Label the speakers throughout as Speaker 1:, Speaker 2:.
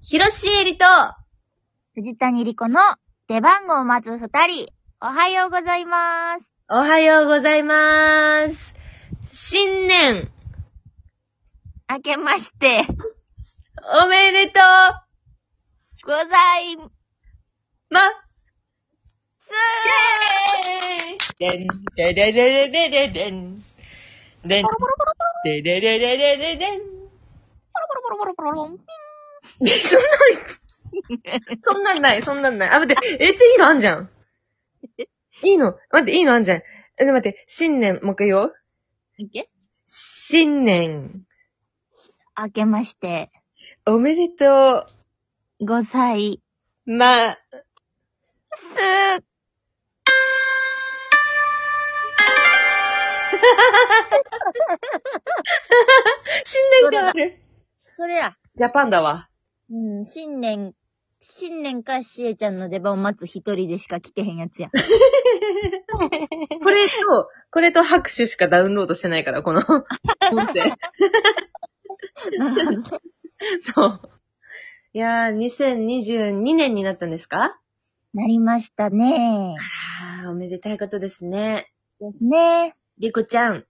Speaker 1: ひろしえりと、
Speaker 2: 藤谷莉子の出番を待つ二人、おはようございます。
Speaker 1: おはようございます。新年、
Speaker 2: 明けまして、
Speaker 1: おめでとう、
Speaker 2: ございま
Speaker 1: ま、
Speaker 2: す
Speaker 1: イェーイでん、でででででででん。でん、でででででででん。
Speaker 2: ポロポロポロポロロン
Speaker 1: そんなん、 そんなんない、そんなんない。あ、待って、え、ちいいのあんじゃん。いいの待って、いいのあんじゃん。え、待って、新年、もう一回言おう。
Speaker 2: いけ
Speaker 1: 新年、
Speaker 2: 明けまして、
Speaker 1: おめでと、
Speaker 2: ございう
Speaker 1: ま、
Speaker 2: ます。
Speaker 1: 新年である。
Speaker 2: それや、
Speaker 1: ジャパンだわ。
Speaker 2: うん、新年、新年かしえちゃんの出番を待つ一人でしか聞けへんやつや。
Speaker 1: これと、これと拍手しかダウンロードしてないから、この音声。
Speaker 2: なるほどね。
Speaker 1: そう。いやー、2022年になったんですか
Speaker 2: なりましたね。
Speaker 1: あー、おめでたいことですね。
Speaker 2: ですね。
Speaker 1: りこちゃん、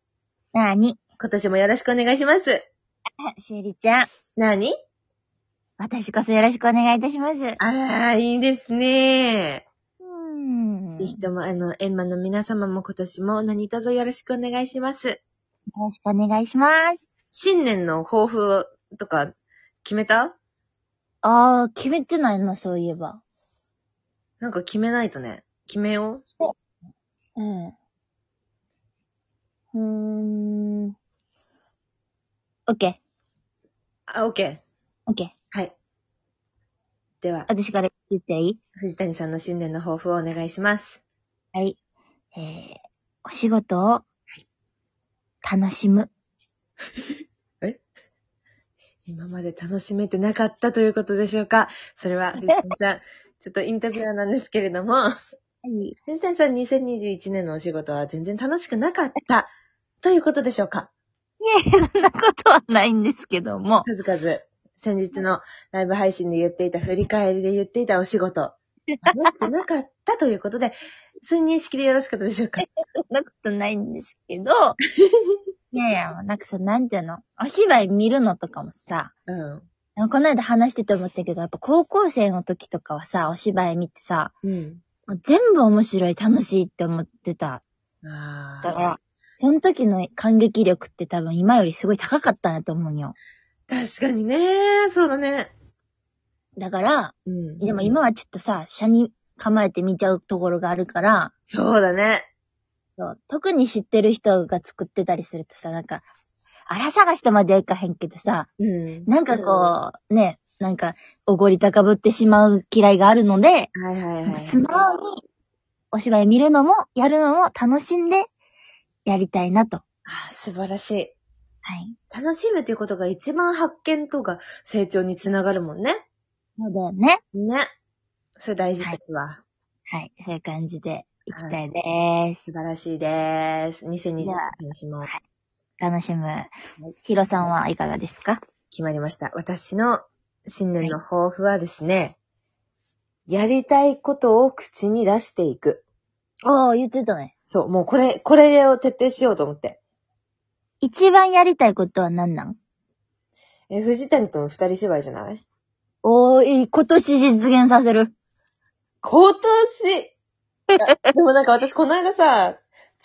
Speaker 2: なーに。
Speaker 1: 今年もよろしくお願いします。
Speaker 2: あしえりちゃん、
Speaker 1: なに
Speaker 2: 私こそよろしくお願いいたします。う
Speaker 1: あー、いいですね。
Speaker 2: ーん。
Speaker 1: ぜひとも、あの、エンマの皆様も今年も何卒よろしくお願いします。
Speaker 2: よろしくお願いします。
Speaker 1: 新年の抱負とか、決めた
Speaker 2: ああ、決めてないな、そういえば。
Speaker 1: なんか決めないとね。決めよう。
Speaker 2: うん。うーん。オッケー、
Speaker 1: あ、オッケー。
Speaker 2: オッケー。
Speaker 1: はい。では、
Speaker 2: 私から言っていい
Speaker 1: 藤谷さんの新年の抱負をお願いします。
Speaker 2: はい。えー、お仕事を、楽しむ。
Speaker 1: 今まで楽しめてなかったということでしょうかそれ は、藤谷さん、ちょっとインタビュアーなんですけれども、
Speaker 2: はい。
Speaker 1: 藤谷さん2021年のお仕事は全然楽しくなかったということでしょうか
Speaker 2: そんなことはないんですけども。
Speaker 1: 数々、先日のライブ配信で言っていた、振り返りで言っていたお仕事、楽しくなかったということで、そういう認識でよろしかったでしょうか
Speaker 2: そんなことないんですけど。 いやいや、なんかさ、なんていうのお芝居見るのとかもさ、
Speaker 1: うん。
Speaker 2: なんかこの間話してて思ったけど、やっぱ高校生の時とかはさ、お芝居見てさ、
Speaker 1: うん。
Speaker 2: もう全部面白い、楽しいって思ってた。
Speaker 1: あ
Speaker 2: だ
Speaker 1: あ。
Speaker 2: から、その時の感激力って多分今よりすごい高かったなと思うんよ。
Speaker 1: 確かにね、そうだね。
Speaker 2: だから、
Speaker 1: うん
Speaker 2: でも今はちょっとさ、車に構えて見ちゃうところがあるから、
Speaker 1: そうだね。
Speaker 2: そう特に知ってる人が作ってたりするとさ、なんか、あら探してまではいかへんけどさ、
Speaker 1: うん
Speaker 2: なんかこう、ね、なんか、おごり高ぶってしまう嫌いがあるので、
Speaker 1: うん。はいはいはい。
Speaker 2: 素直にお芝居見るのも、やるのも楽しんで、やりたいなと。
Speaker 1: あー素晴らしい。
Speaker 2: はい。
Speaker 1: 楽しむっていうことが一番発見とか成長につながるもんね。
Speaker 2: そうだよね。
Speaker 1: ね。それ大事ですわ。
Speaker 2: はい。そういう感じでいきたいです。
Speaker 1: 素晴らしいです。2020
Speaker 2: じゃあ
Speaker 1: 年私も
Speaker 2: 楽しむ。ヒロさんはいかがですか
Speaker 1: 決まりました。私の新年の抱負はですね、やりたいことを口に出していく。
Speaker 2: おー、言ってたね。
Speaker 1: そう、もうこれ、これを徹底しようと思って。
Speaker 2: 一番やりたいことは何なん
Speaker 1: え、藤谷との二人芝居じゃない
Speaker 2: おー、いい今年実現させる。
Speaker 1: 今年あでもなんか私この間さ、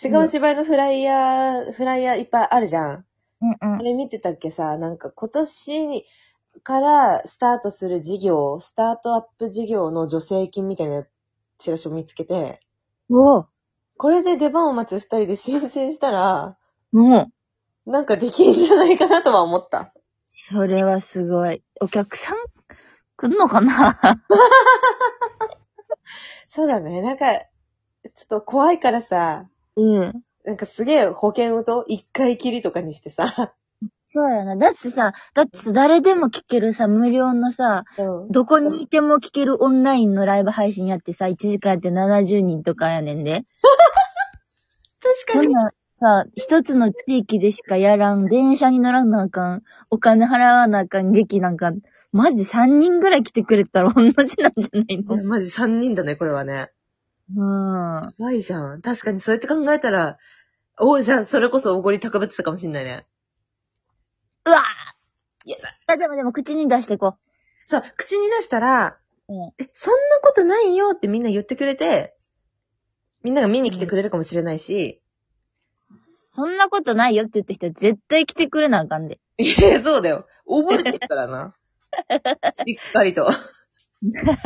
Speaker 1: 違う芝居のフライヤー、フライヤーいっぱいあるじゃん。
Speaker 2: うんうん
Speaker 1: あ。れ見てたっけさ、なんか今年にからスタートする事業、スタートアップ事業の助成金みたいなチラシを見つけて、
Speaker 2: おー、
Speaker 1: これで出番を待つ二人で申請したら、
Speaker 2: もう、
Speaker 1: なんかできんじゃないかなとは思った。
Speaker 2: それはすごい。お客さん来んのかな
Speaker 1: そうだね。なんか、ちょっと怖いからさ、
Speaker 2: うん。
Speaker 1: なんかすげえ保険をと一回きりとかにしてさ、
Speaker 2: そうやな。だってさ、だってさ、誰でも聞けるさ、無料のさ、
Speaker 1: うん。
Speaker 2: どこにいても聞けるオンラインのライブ配信やってさ、1時間やって70人とかやねんで。
Speaker 1: 確
Speaker 2: そ
Speaker 1: か
Speaker 2: ん
Speaker 1: に。
Speaker 2: な、さ、一つの地域でしかやらん、電車に乗らなあかん、お金払わなあかん、劇なんか、マジ3人ぐらい来てくれたら同じなんじゃないの
Speaker 1: マジ3人だね、これはね。
Speaker 2: うん。
Speaker 1: やばいじゃん。確かにそうやって考えたら、おじゃあ、それこそおごり高ぶってたかもしんないね。
Speaker 2: うわ
Speaker 1: いや
Speaker 2: あ、でもでも口に出していこ
Speaker 1: そう、口に出したら、
Speaker 2: う。うん。
Speaker 1: え、そんなことないよってみんな言ってくれて、みんなが見に来てくれるかもしれないし、
Speaker 2: そんなことないよって言った人は絶対来てくれなあかんで。
Speaker 1: いや、そうだよ。覚えてるから な。しっかりと。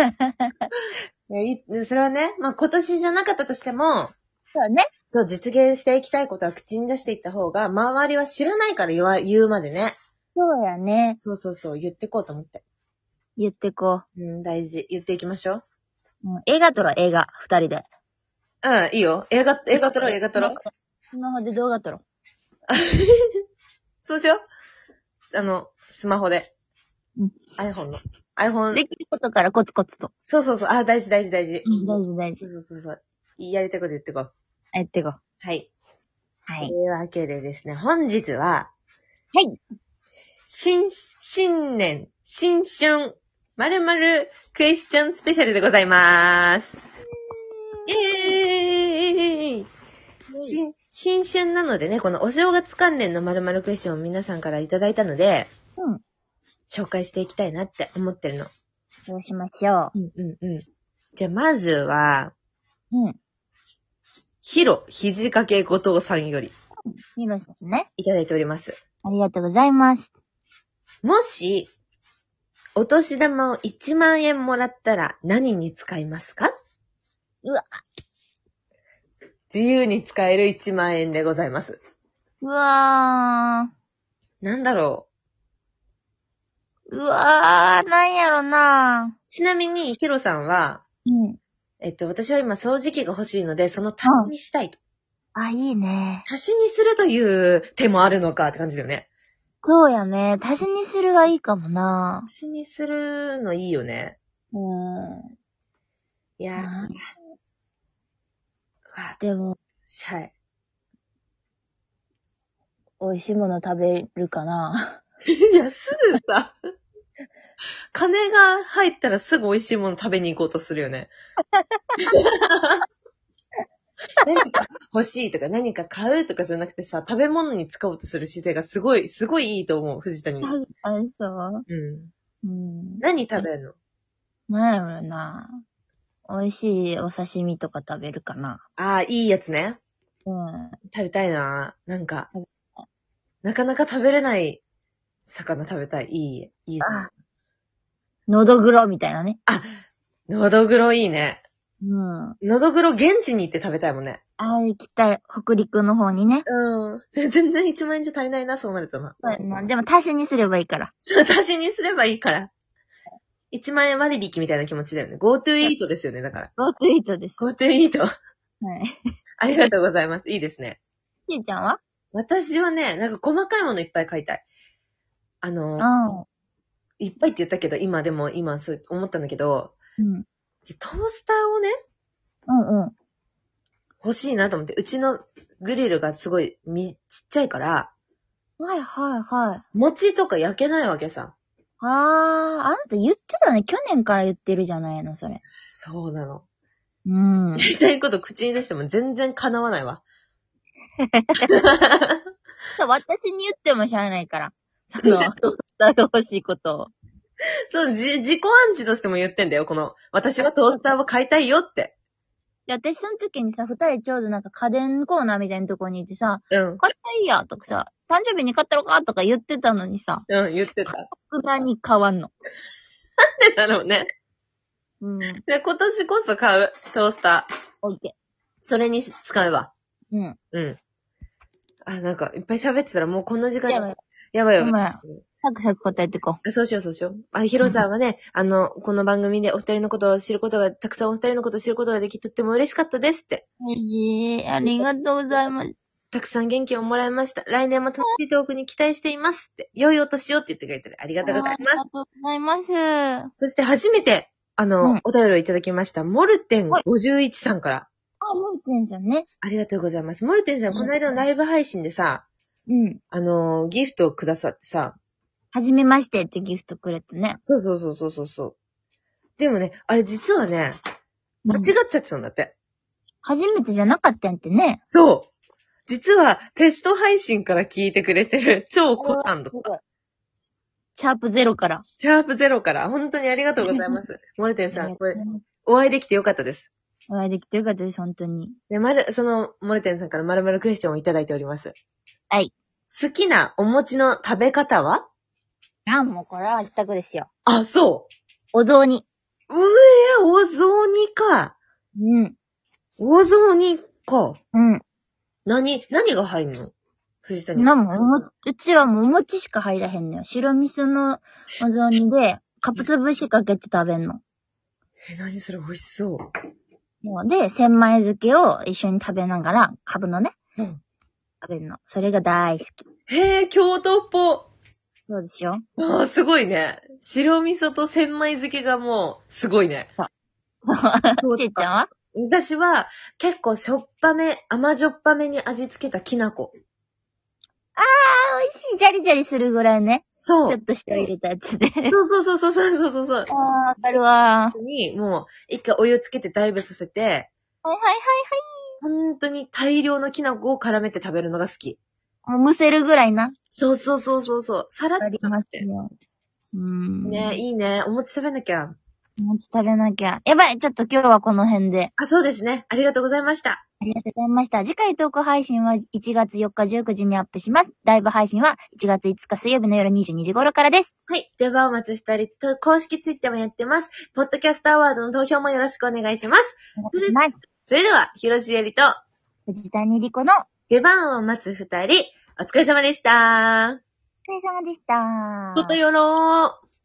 Speaker 1: いやいいそれはね、まあ、今年じゃなかったとしても、
Speaker 2: そうね。
Speaker 1: そう、実現していきたいことは口に出していった方が、周りは知らないから言わ、言うまでね。
Speaker 2: そうやね。
Speaker 1: そうそうそう、言ってこうと思って。
Speaker 2: 言ってこ
Speaker 1: うん、大事。言っていきましょう。
Speaker 2: う。うん、映画撮ろう、映画。二人で。
Speaker 1: うん、いいよ。映画、映画撮ろう、映画撮ろ う。。
Speaker 2: スマホで動画撮ろ
Speaker 1: そうしよう。あの、スマホで。
Speaker 2: うん。
Speaker 1: iPhone の。
Speaker 2: う。
Speaker 1: iPhone
Speaker 2: で。きることからコツコツと。
Speaker 1: そうそうそう。あ、大事、大事、大事。
Speaker 2: 大事大事
Speaker 1: そ。うそうそうそう。やりたいこと言ってこう。
Speaker 2: やってこう。
Speaker 1: はい。
Speaker 2: は
Speaker 1: と
Speaker 2: い。
Speaker 1: いうわけでですね、本日は、
Speaker 2: はい。
Speaker 1: 新、新年、新春、まるまるクエスチョンスペシャルでございます。イエーイ新新春なのでね、このお正月関連のまるまるクエスチョンを皆さんからいただいたので、
Speaker 2: うん。
Speaker 1: 紹介していきたいなって思ってるの。
Speaker 2: そうしましょ
Speaker 1: うんうんうん。じゃあまずは、
Speaker 2: う。うん。
Speaker 1: ヒロ、肘掛け後藤さんより
Speaker 2: ヒロシさんね。
Speaker 1: いただいております。
Speaker 2: ありがとうございます。
Speaker 1: もし、お年玉を1万円もらったら何に使いますか
Speaker 2: うわ。
Speaker 1: 自由に使える1万円でございます。
Speaker 2: うわ
Speaker 1: なんだろう。
Speaker 2: ー。うわー、なんやろな
Speaker 1: ちなみに、ヒロさんは、
Speaker 2: うん。
Speaker 1: えっと、私は今掃除機が欲しいので、その足しにしたいと。
Speaker 2: あ、いいね。
Speaker 1: 足しにするという手もあるのかって感じだよね。
Speaker 2: そうやね。足しにするはいいかもな
Speaker 1: 足しにするのいいよね。
Speaker 2: うん。
Speaker 1: いやー、わ
Speaker 2: でも、
Speaker 1: はい。
Speaker 2: 美味しいもの食べるかな。
Speaker 1: いや、すぐさ、金が入ったらすぐ美味しいもの食べに行こうとするよね。何か欲しいとか何か買うとかじゃなくてさ、食べ物に使おうとする姿勢がすごい、すごいいいと思う、藤谷。うん。
Speaker 2: あ、そううん。
Speaker 1: 何食べるの
Speaker 2: なんやろな美味しいお刺身とか食べるかな。
Speaker 1: ああ、いいやつね。
Speaker 2: うん。
Speaker 1: 食べたいな。なんか
Speaker 2: 食べ、
Speaker 1: なかなか食べれない魚食べたい。いい、いいな。
Speaker 2: のどぐろみたいなね。
Speaker 1: のどぐろいいね。
Speaker 2: うん。あ
Speaker 1: のどぐろ現地に行って食べたいもんね。
Speaker 2: あ、行きたい。北陸の方にね。
Speaker 1: うん。 全然1万円じゃ足りないな、そうなるとな。
Speaker 2: そうや なでも足しにすればいいから。
Speaker 1: ちょっと足しにすればいいから。1万円割引みたいな気持ちだよね。GoTo イートですよね、だから。
Speaker 2: ゴートゥイートです。
Speaker 1: GoTo イート。
Speaker 2: はい。
Speaker 1: ありがとうございます。いいですね。
Speaker 2: ちーちゃんは
Speaker 1: 私はね、なんか細かいものいっぱい買いたい。あ
Speaker 2: う
Speaker 1: の、
Speaker 2: ん。
Speaker 1: いっぱいって言ったけど、今でも、今そう思ったんだけど、
Speaker 2: うん。
Speaker 1: トースターをね、
Speaker 2: うんうん。
Speaker 1: 欲しいなと思って、うちのグリルがすごいみ、ちっちゃいから、
Speaker 2: はいはいはい。
Speaker 1: 餅とか焼けないわけさ。
Speaker 2: あー、あなた言ってたね。去年から言ってるじゃないの、それ。
Speaker 1: そうなの。
Speaker 2: うん。
Speaker 1: 言いたいこと口に出しても全然叶わない わ。
Speaker 2: そう、私に言ってもしゃあない から。その、トースターが欲しいことを。
Speaker 1: そう、じ、自己暗示としても言ってんだよ、この。私はトースターを買いたいよって。
Speaker 2: で、私その時にさ、二人ちょうどなんか家電コーナーみたいなとこにいてさ、
Speaker 1: うん。
Speaker 2: 買ったらいいやとかさ、誕生日に買ったろかとか言ってたのにさ、
Speaker 1: うん、言ってた。な
Speaker 2: 普段に買わんの。
Speaker 1: んでだろうね。
Speaker 2: うん。
Speaker 1: で、今年こそ買う、トースター。
Speaker 2: オッケ
Speaker 1: それに使うわ。
Speaker 2: ー。うん。
Speaker 1: うん。あ、なんか、いっぱい喋ってたらもうこんな時間
Speaker 2: じゃあ、
Speaker 1: やばいやばい。
Speaker 2: 今、サクサク答えていこ
Speaker 1: そうしようそうしよう。あ、ヒロさんはね、あの、この番組でお二人のことを知ることが、たくさんお二人のことを知ることができ、とっても嬉しかったですって。
Speaker 2: う。ええありがとうございます。
Speaker 1: たくさん元気をもらいました。来年も楽しいトークに期待していますって。良いお年をって言ってくれてる。ありがとうございます
Speaker 2: あり。がとうございます。あ
Speaker 1: そして初めて、あの、
Speaker 2: うん
Speaker 1: お便りをいただきました、モルテン
Speaker 2: はい
Speaker 1: 51さんから。
Speaker 2: もう先生ね。
Speaker 1: ありがとうございます。モルテンさん、
Speaker 2: うん
Speaker 1: この間のライブ配信でさ、
Speaker 2: うん。
Speaker 1: あのーギフトをくださってさ、
Speaker 2: はじめましてってギフトくれてね。
Speaker 1: そうそうそうそうそうそう。でもね、あれ実はね、間違っちゃってたんだって。
Speaker 2: 初めてじゃなかったんやってね。
Speaker 1: そう。実はテスト配信から聞いてくれてる 超コタンだった。
Speaker 2: シャープゼロから。
Speaker 1: シャープゼロから、本当にありがとうござい ます。モルテンさん、これ、お会いできてよかったです。
Speaker 2: お会いできてよかったです、本当に。
Speaker 1: で、まる、その、モルテンさんからまるまるクエスチョンをいただいております。
Speaker 2: はい。
Speaker 1: 好きなお餅の食べ方は
Speaker 2: あ、もうこれは一択ですよ。
Speaker 1: あ、そ
Speaker 2: お雑煮。
Speaker 1: う。うえ、お雑煮か。
Speaker 2: うん。
Speaker 1: お雑煮か。
Speaker 2: うん。
Speaker 1: 何、何が入んの藤谷。
Speaker 2: なんもおも、うちはもうお餅しか入らへんのよ。白味噌のお雑煮で、かぶつぶしかけて食べんの。
Speaker 1: え、何それ美味しそう。
Speaker 2: もうで、千枚漬けを一緒に食べながら、かぶのね、
Speaker 1: うん
Speaker 2: 食べるの。それが大好き。
Speaker 1: へえ、京都っぽ。
Speaker 2: そうでしょ
Speaker 1: あーすごいね。白味噌と千枚漬けがもう、すごいね。
Speaker 2: そう。
Speaker 1: そう
Speaker 2: ちーちゃんは
Speaker 1: 私は、結構しょっぱめ、甘じょっぱめに味付けたきな粉。
Speaker 2: あ、美味しい。ジャリジャリするぐらいね。
Speaker 1: そう。
Speaker 2: ちょっと塩入れたやつで。
Speaker 1: そうそうそうそうそうそうそう。
Speaker 2: あー、わかるわ。
Speaker 1: に、もう、一回お湯つけてダイブさせて、
Speaker 2: はいはいはい
Speaker 1: 本当に大量のきな粉を絡めて食べるのが好き。
Speaker 2: はい。もう蒸せるぐらいな。
Speaker 1: そうそうそうそうそう。さらっ
Speaker 2: あり
Speaker 1: と
Speaker 2: ま
Speaker 1: 食
Speaker 2: す
Speaker 1: べて。
Speaker 2: よ。うん。
Speaker 1: ね、いいね。お餅食べなきゃ。
Speaker 2: お餅食べなきゃ。やばい、ちょっと今日はこの辺で。
Speaker 1: あ、そうですね。ありがとうございました。
Speaker 2: ありがとうございました。次回トーク配信は1月4日19時にアップします。ライブ配信は1月5日水曜日の夜22時頃からです。
Speaker 1: はい。出番を待ちしたり、と公式ツイッターもやってます。ポッドキャストアワードの投票もよろしくお願いします。
Speaker 2: お願いします。
Speaker 1: それでは、広ロえりと、
Speaker 2: 藤谷莉子の
Speaker 1: 出番を待つ二人、お疲れ様でした。
Speaker 2: お疲れ様でした。
Speaker 1: ことよろー。